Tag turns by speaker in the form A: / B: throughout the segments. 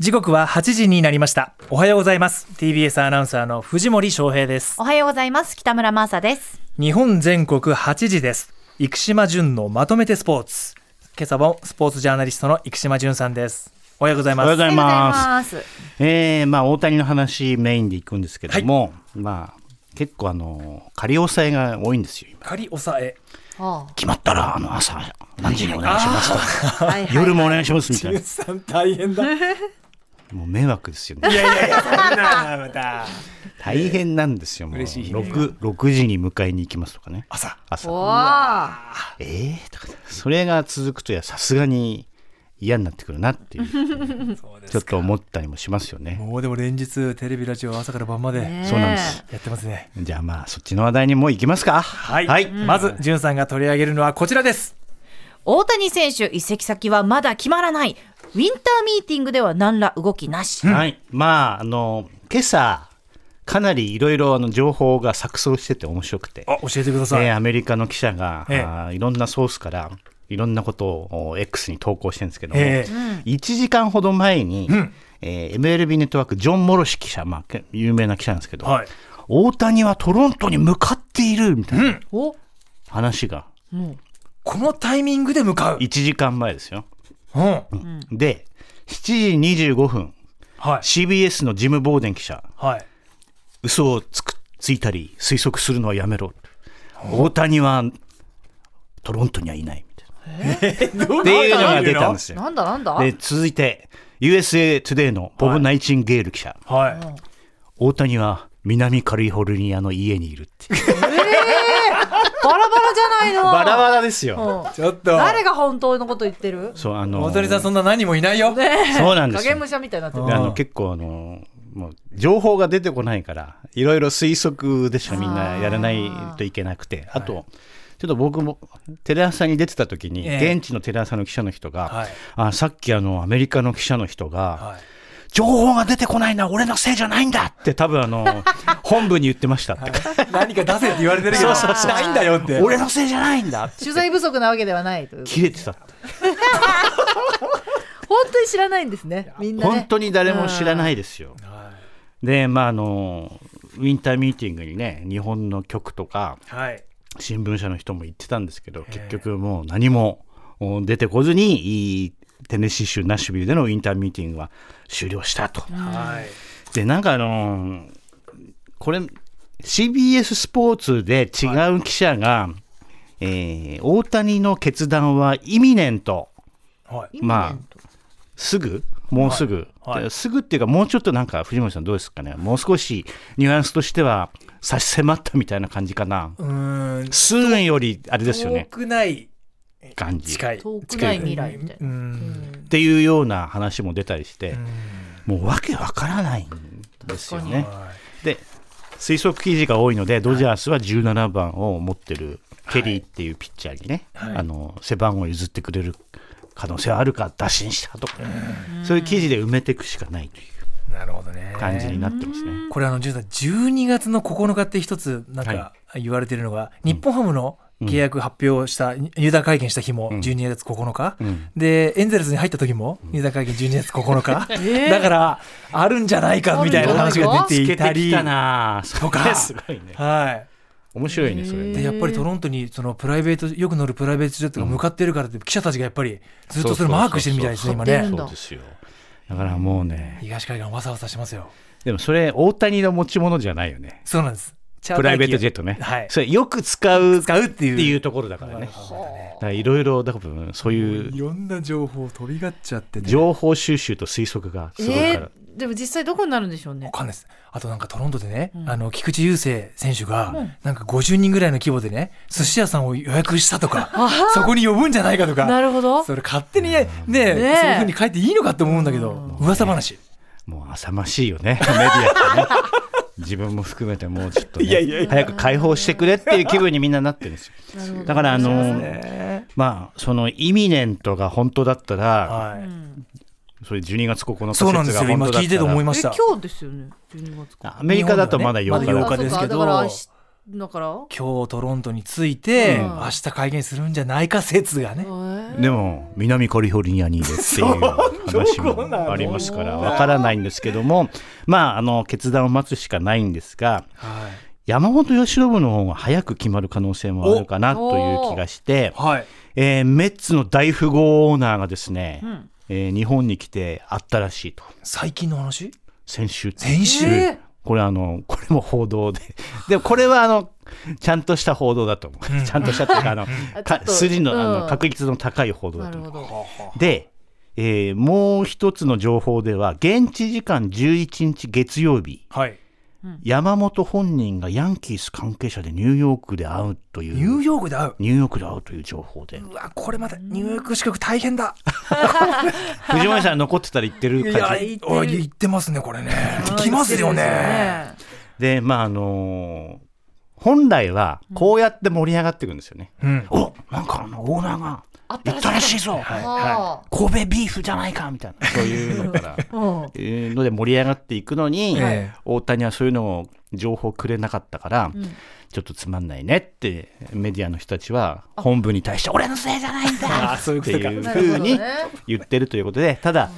A: 時刻は8時になりましたおはようございます TBS アナウンサーの藤森翔平です
B: おはようございます北村真麻です
A: 日本全国8時です生島淳のまとめてスポーツ今朝もスポーツジャーナリストの生島淳さんですおはようござい
C: おは
A: ま
C: よう
A: す
C: ございます。
B: す
C: えーまあ大谷の話メインでいくんですけども、まあ結構あの仮押さえが多いんですよ。今
A: 仮押さえ
B: は
C: 決まったらあの朝何時にお願いしますとか、
B: あはいはい
C: 夜もお願いしますみたい
A: 淳
C: な。
A: さん大変だ い
C: もう迷惑ですよね。
A: やいやいやそんなまた
C: 大変なんですよ。もう
A: 嬉しい悲鳴が
C: 六六時に迎えに行きますとかね。
A: 朝
B: お
C: 朝。
B: ー
C: えーとかそれが続くといやさすがに嫌になってくるなっていう
A: そうで
C: ち
A: す
C: ょっと思ったりもしますよね。
A: もうでも連日テレビラジオ朝から晩まで
B: ね
C: そうなんです。
A: やってますね
C: じゃあまあそっちの話題にもう行きますか。
A: はい、まず淳さんが取り上げるのはこちらです
B: 大谷選手移籍先はまだ決まらないウィンターミーティングでは何ら動きなし、
C: はい、まああの今朝かなりいろいろあの情報が錯綜してて面白くて、
A: あ教えてください、
C: えーアメリカの記者が、
A: ええ
C: あーいろんなソースからいろんなことをお X に投稿してるんですけども、
A: ええ
C: 1時間ほど前に、
A: ん
C: えー MLB ネットワークジョン・モロシ記者、まあ、け有名な記者なんですけど、
A: はい
C: 大谷はトロントに向かっているみたいな
B: お
C: 話が
A: このタイミングで向かう、
C: 1時間前ですよ。
A: うん、
C: で7時25分
A: はい
C: CBS のジム・ボーデン記者
A: はい
C: 嘘をつくついたり推測するのはやめろ大谷はトロントにはいないみたいなっていうのが出たんですよ
B: なんだなんだ
C: で続いて USA トゥデイのボブ・ナイチンゲール記者、
A: はい
C: 大谷は南カリフォルニアの家にいるって
B: バラバラじゃないの
C: バラバラですよ
B: うん
A: ちょっと
B: 誰が本当のこと言ってる
C: そうあの
A: 大谷さんそんな何もいないよ、
C: そうなんで
B: 影
C: すよ
B: 武者みたいになって
C: であ
B: る
C: の結構あのもう情報が出てこないからいろいろ推測でしかみんなやらないといけなくてあと、ちょっと僕もテレ朝に出てた時に、
A: ええ
C: 現地のテレ朝の記者の人が、
A: はい
C: あさっきあのアメリカの記者の人が、
A: はい
C: 情報が出てこないな俺のせいじゃないんだって多分あの 本部に言ってましたって、
A: 何か出せって言われてるけど
B: そうそうそう
A: ないんだよって
C: 俺のせいじゃないんだって
B: 取材不足なわけではないという
C: 切れてたって
B: 本当に知らないんですねみんなね
C: 本当に誰も知ら
B: い
C: ないですよ。
A: は
C: でまああのウィンターミーティングにね日本の局とか
A: い、はい、
C: 新聞社の人も言ってたんですけど
A: え
C: 結局もう何もお出てこずにいいテネシー州ナッシュビルでのウィンターミーティングは終了したと。
A: はい
C: でなんかあのーこれ CBS スポーツで違う記者が、えー大谷の決断はイミネント
A: はい
C: まあすぐもうすぐ、
A: はいはい
C: すぐっていうかもうちょっとなんか藤森さんどうですかねもう少しニュアンスとしては差し迫ったみたいな感じかな
A: うーん
C: スーンよりあれですよ
A: 遠
C: ね
A: くない
C: 感じ
A: 近い
B: 遠くない未来みたいうな、
A: ん
C: っていうような話も出たりして
A: う、ん
C: もうわけわからないんですよね。
A: はい
C: で推測記事が多いのでドジャースは17番を持ってるケリーっていうピッチャーにね、
A: はい
C: あの背番号譲ってくれる可能性はあるか打診したとか、そういう記事で埋めていくしかないという
A: なるほどね
C: 感じになってますね。
A: これあの潤さん12月の9日って一つなんか
C: は
A: 言われてるのが、日本ハムの契約発表した、入団会見した日も
C: ん
A: 12月9日、
C: うん
A: でエンゼルスに入った時も入団会見12月9日、 だからあるんじゃないかみたいな話が出ていたり
C: たな
A: とか
C: すごいね
A: はい
C: 面白いねそれ
A: で
C: ね
A: やっぱりトロントにそのプライベートよく乗るプライベートジェットが向かってるからって記者たちがやっぱりずっとそれマークしてるみたいですね今
B: そうそう
A: ね
B: そう
C: そうですよだからもうね
A: 東海岸わさわさしてますよ
C: でもそれ大谷の持ち物じゃないよね
A: そうなんです
C: プライベートジェットね、
A: はい
C: それよく使う
A: 使うっていう
C: っていうところだからね。だからいろいろ多分そういう
A: いろんな情報飛び交っちゃってて
C: 情報収集と推測がすごいから、
B: えー、でも実際どこになるんでしょうね
A: わかんないです。あとなんかトロントでね、あの、菊池雄星選手が、なんか50人ぐらいの規模でね、寿司屋さんを予約したとか、そこに呼ぶんじゃないかとか、
B: なるほど
A: それ勝手にね、ねそう
B: ね
A: いうふうに書いていいのかって思うんだけど、噂話。
C: もう浅ましいよね メディアってね。自分も含めてもうちょっと、ね、
A: いやいやいや
C: 早く解放してくれっていう気分にみんななってるんです
B: なるほ
C: よ。
B: ど
C: だからあの、
A: ね
C: まあそのイミネントが本当だったら、
A: はい。
C: それ12月9日説
A: そうなんです
C: が
A: よ。
C: 本
A: 今
C: 当だ
A: 聞いてて思い
C: っ
A: ま
B: え
A: した。
B: 今日ですよね12月
C: たらアメリカだとまだ
A: 日本は
C: 8日
A: ねま
C: だ
A: だ
C: から
A: 8ですけど
B: あそうかだから明日だから
A: 今日トロントに着いて、
B: うん
A: 明日会見するんじゃないか説がね。
B: え
C: でも南カリフォルニアにいるっていう話もありますからわからないんですけどもまああの決断を待つしかないんですが
A: は
C: 山本由伸の方が早く決まる可能性もあるかなという気がして
A: い。、はい。
C: えーメッツの大富豪オーナーがですね、
B: ん
C: えー日本に来て会ったらしいと
A: 最近の話
C: 先週
A: 先週
B: え
C: これあのこれも報道で でもこれはあのちゃんとした報道だと思うちゃんとしたっていうかあの
B: あちょ
C: か
B: っと
C: 筋のあ
B: う
C: の
B: ん
C: 確率の高い報道
B: ー
C: だ
B: な
C: と
B: る
C: 思う
B: ほど。
C: で、えーもう一つの情報では現地時間11日月曜日
A: はい。
C: 山本本人がヤンキース関係者でニューヨークで会うという
A: ニューヨークで会う。
C: ニューヨークで会うという情報で
A: うわ、これまたニューヨーク支局大変だ。
C: 藤森さん残ってたら言ってる
A: い
C: 感
A: や、
C: じ
A: いおい言ってますね、これね。来ますよね。。
C: でまああのー本来はこうやって盛り上がっていくんですよね、
A: うん。
C: おなんかあのオーナーが
B: あっ
C: 行ったらしいぞ、
A: はい
B: あ
C: 神戸ビーフじゃないかみたいなそういうのから
B: ーうん
C: いうので盛り上がっていくのに、
A: ええ
C: 大谷はそういうのを情報くれなかったから、
B: ん
C: ちょっとつまんないねってメディアの人たちは本部に対して俺のせいじ ゃないんだ
A: そういう
C: って
A: ことか
C: いう
B: な
C: ふ
B: るほど
C: うに
B: ね
C: 言ってるということでただ、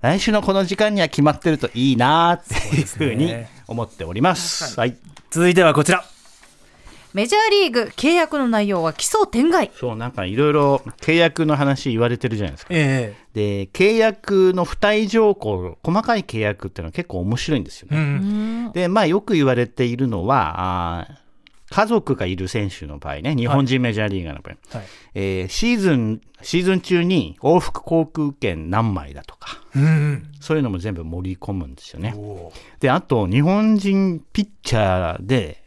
C: 来週のこの時間には決まってるといいなっていうふうに思っております。はい、
A: 続いてはこちら。
B: メジャーリーグ契約の内容は奇想天外。
C: そうなんかいろいろ契約の話言われてるじゃないですか。
A: え
C: で契約の付帯条項細かい契約っていうのは結構面白いんですよね
A: え。う。。
B: うんん
C: で、まあ、よく言われているのは、あー家族がいる選手の場合ね、日本人メジャーリーガーの場合、
A: はい
C: えーシーズン、シーズン中に往復航空券何枚だとか、
A: うん。
C: そういうのも全部盛り込むんですよね。
A: おー
C: で、あと、日本人ピッチャーで、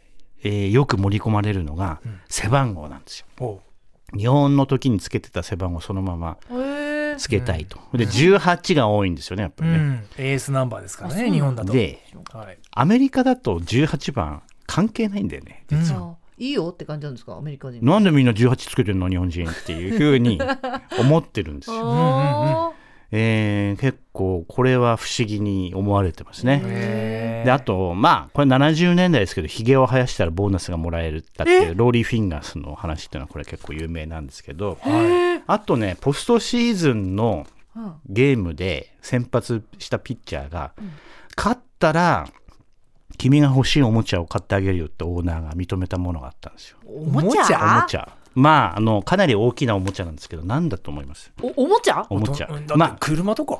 C: えーよく盛り込まれるのが、背番号なんですよ。
A: おー
C: 日本の時につけてた背番号そのまま
B: へー
C: つけたいと。で、18が多いんですよね、やっぱ
A: う
C: りね。
A: ん。エースナンバーですから
B: あそ
A: ね、
B: うなんだ
A: 日本だと。
C: で、
A: はい。
C: アメリカだと18番関係ないんだよね。
A: うん
B: あいいよって感じなんですかアメリカ人。
C: なんでみんな18つけてるの日本人っていうふうに思ってるんです よ。
B: あ
C: えー結構これは不思議に思われてますね。
A: へー
C: であとまあこれ70年代ですけどひげを生やしたらボーナスがもらえるだっていうローリーフィンガースの話っていうのはこれ結構有名なんですけど
A: は
C: あとねポストシーズンの
B: ーうん
C: ゲームで先発したピッチャーが勝ったら君が欲しいおもちゃを買ってあげるよってオーナーが認めたものがあったんですよ。
B: おもち
C: おも
B: ゃ
C: ちゃ。まあ、あの、かなり大きなおもちゃなんですけど、なんだと思います
B: おおもちゃ
C: おもちゃ
A: うんだ。って
C: ま
A: 車とか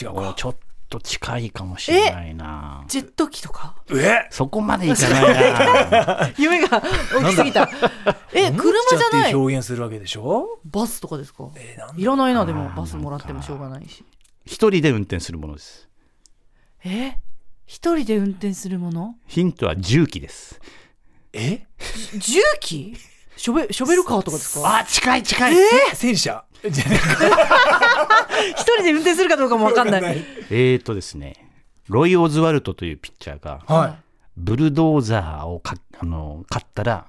A: 違う
C: あ、
A: か。
C: ちょっと近いかもしれないな。
B: ジェット機とか
A: え
C: そこまでいかないな。
B: 夢が大きすぎた。え、車じゃ
A: っ
B: な
A: て
B: い
A: 表現するわけでしょ
B: バスとかですか
A: えーなんだ
B: いらないな、で
C: あ
B: も
C: ー
B: バスもらってもしょうがないし。
C: 一人で運転するものです。
B: え一人で運転するもの
C: ヒントは重機です。
A: え
B: 重機ショベショベルカーとかですか
C: あ、近い近い。
A: 戦車じゃない
B: 一人で運転するかどうかもわかんない。
C: えーとですね、ロイ・オズワルトというピッチャーが、
A: は
C: ブルドーザーをかあの買ったら、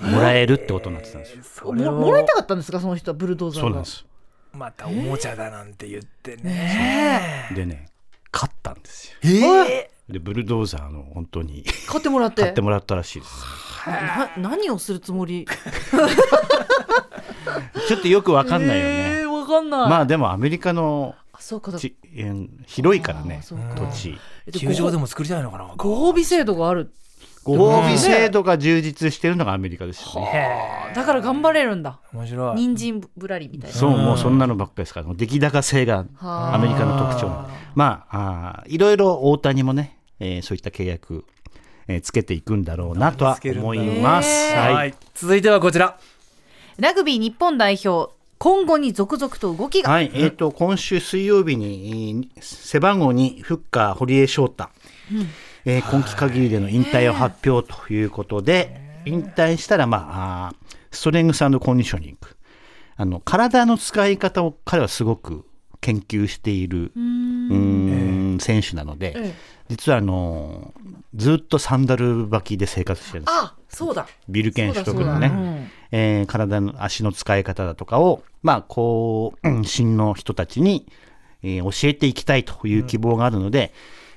C: もらえるってことになってたんですよ。
A: い。
B: ももらいたかったんですかその人はブルドーザーが
C: そうなんです。
A: またおもちゃだなんて言ってね。
C: でね、勝ったんですよ。
A: ええ
C: で、ブルドーザーの本当に
B: 買ってもらって
C: 買ってもらったらしいです。
B: な何をするつもり
C: ちょっとよくわかんないよね。
B: えー、わかんない、
C: まあでもアメリカの
B: あ、そうかだ
C: ち、えー広いから
B: あー
C: ね
B: そうか
C: 土地
B: えっと
A: 球場でも作りたいのかな。
B: ご褒美制度がある
C: ご褒美制度が充実してるのがアメリカですよね、
A: へ
B: だから頑張れるんだ
A: え面白い。
B: 人参ぶらりみたいな
C: そう
A: うん
C: もうそんなのばっかりですからもう出来高性が
B: はあ
C: アメリカの特徴なんでまああーいろいろ大谷もね、えーそういった契約、えーつけていくんだろうなとは思います、
B: つけるんだ
C: はい
A: はい。続いてはこちら。
B: ラグビー日本代表今後に続々と動きが、
C: はい、えっ、と、今週水曜日に、えー背番号にフッカー、堀江翔太、えー今季限りでの引退を発表ということで、引退したら、まああー、ストレングスコンディショニング。あの、体の使い方を彼はすごく研究している、うーん、選手なので、
B: ええ
C: 実はあのーずっとサンダル履きで生活してるんです
B: あそうだ
C: ビルケン取得の
B: そうだそうだう
C: ね
B: ん、
C: えー体の足の使い方だとかを、まあ、こう、うん新の人たちに、えー教えていきたいという希望があるので、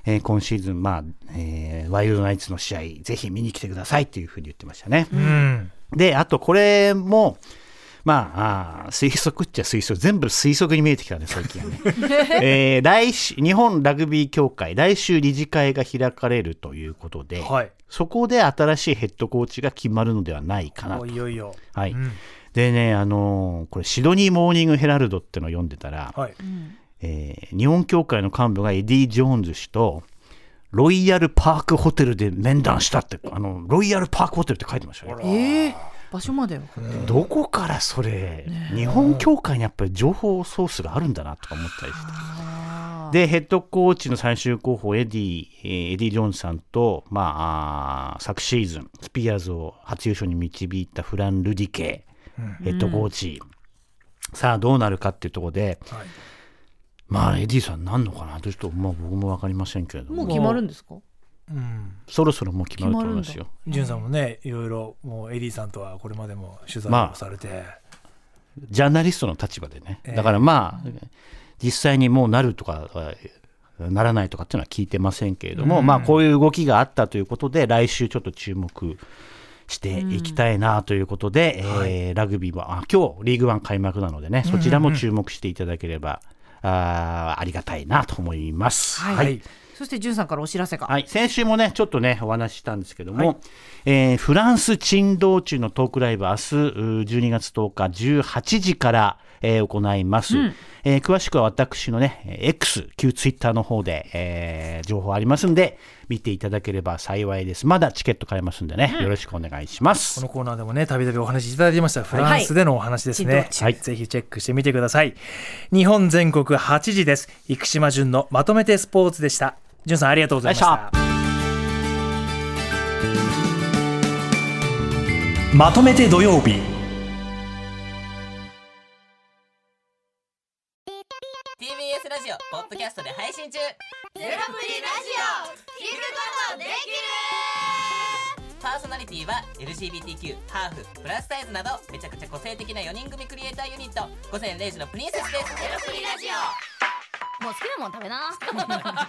C: えー今シーズン、まあ、えーワイルドナイツの試合、ぜひ見に来てくださいというふうに言ってましたね。
A: うん。
C: で、あとこれも、まあ、あー推測っちゃ推測、全部推測に見えてきたね、最近 はね。えー来週、日本ラグビー協会、来週理事会が開かれるということで、
A: はい
C: そこで新しいヘッドコーチが決まるのではないかなと
A: おいよいよ。
C: はい
A: うん
C: でね、あのーこれ、シドニー・モーニング・ヘラルドってのを読んでたら、
A: はい。
C: えー日本協会の幹部がエディ・ジョーンズ氏と、ロイヤル・パーク・ホテルで面談したって、あのロイヤル・パーク・ホテルって書いてましたよ、ね。
B: ええ場所までは
C: どこからそれ、日本協会にやっぱり情報ソースがあるんだなとか思ったりして。で、ヘッドコーチの最終候補、エディ、えーエディ・ジョーンズさんと、まあ、あー昨シーズン、スピアーズを初優勝に導いたフラン・ルディケヘッドコーチ、さあどうなるかっていうところで、
A: はい
C: まあ、エディさんなんのかなとちょっと、まあ、僕も分かりませんけれど
B: も
C: も
B: う決まるんですか
A: うん。
C: そろそろもう決まると思いますよ。
A: ジュンさんもね、いろいろ、もうエリーさんとはこれまでも取材を
C: まあ
A: されて、
C: ジャーナリストの立場でね、
A: ええ
C: だからまあ、実際にもうなるとかはならないとかっていうのは聞いてませんけれども、まあ、こういう動きがあったということで、来週ちょっと注目していきたいなということで、えーラグビーはあ今日リーグワン開幕なのでね、そちらも注目していただければ、あーありがたいなと思います。
B: はい
A: はい
B: そしてじゅんさんからお知らせが
C: はい、先週もね、ちょっとね、お話ししたんですけども、えーフランス珍道中のトークライブ、明日うー12月10日18時から、えー行います、えー詳しくは私のね、えー X、旧ツイッターの方で、えー情報ありますんで、見ていただければ幸いです。まだチケット買えますんでね、よろしくお願いしま
A: こ
C: す。
A: のコーナーでもね、たびたびお話しいただきました、フランスでのお話です
B: はい
A: ね。
C: はい
A: ぜひチェックしてみてください。日本全国8時です。生島淳のまとめてスポーツでした。淳さん、ありがとうございました
C: あ。
A: まとめて土曜日。
D: TBS ラジオポッドキャストで配信中
E: ゼロプリラジオ聞くことでき
D: パーソナリティは LGBTQ ハーフプラスサイズなどめちゃくちゃ個性的な4人組クリエイターユニット午前0時のプリンセスですゼロプリラジオ
E: るもう好きなもん食べな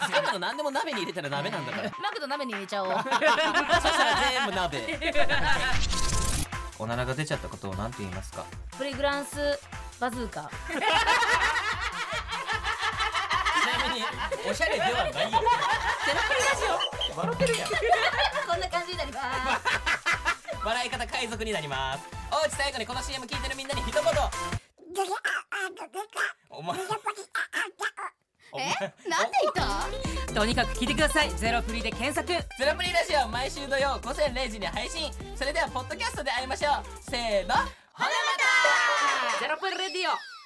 D: 好きなの何でも鍋に入れたら鍋なんだ から
E: マクド鍋に入れちゃおう
D: そしたら全部 鍋おならが出ちゃったことを何て言いますか
E: プリグランスバズーカ
D: ちなみにおしゃれではないよゼロプリラジオ笑ってる やん
E: こんな感じになります
D: 笑い方海賊になりますおうち最後にこの CM 聞いてるみんなに一言お前お前
E: なんで言ったとにかく聞いてくださいゼロプリで検索
D: ゼロプリラジオ毎週土曜午前0時に配信それではポッドキャストで会いましょうせーのほなまた
E: ゼロプリレディオ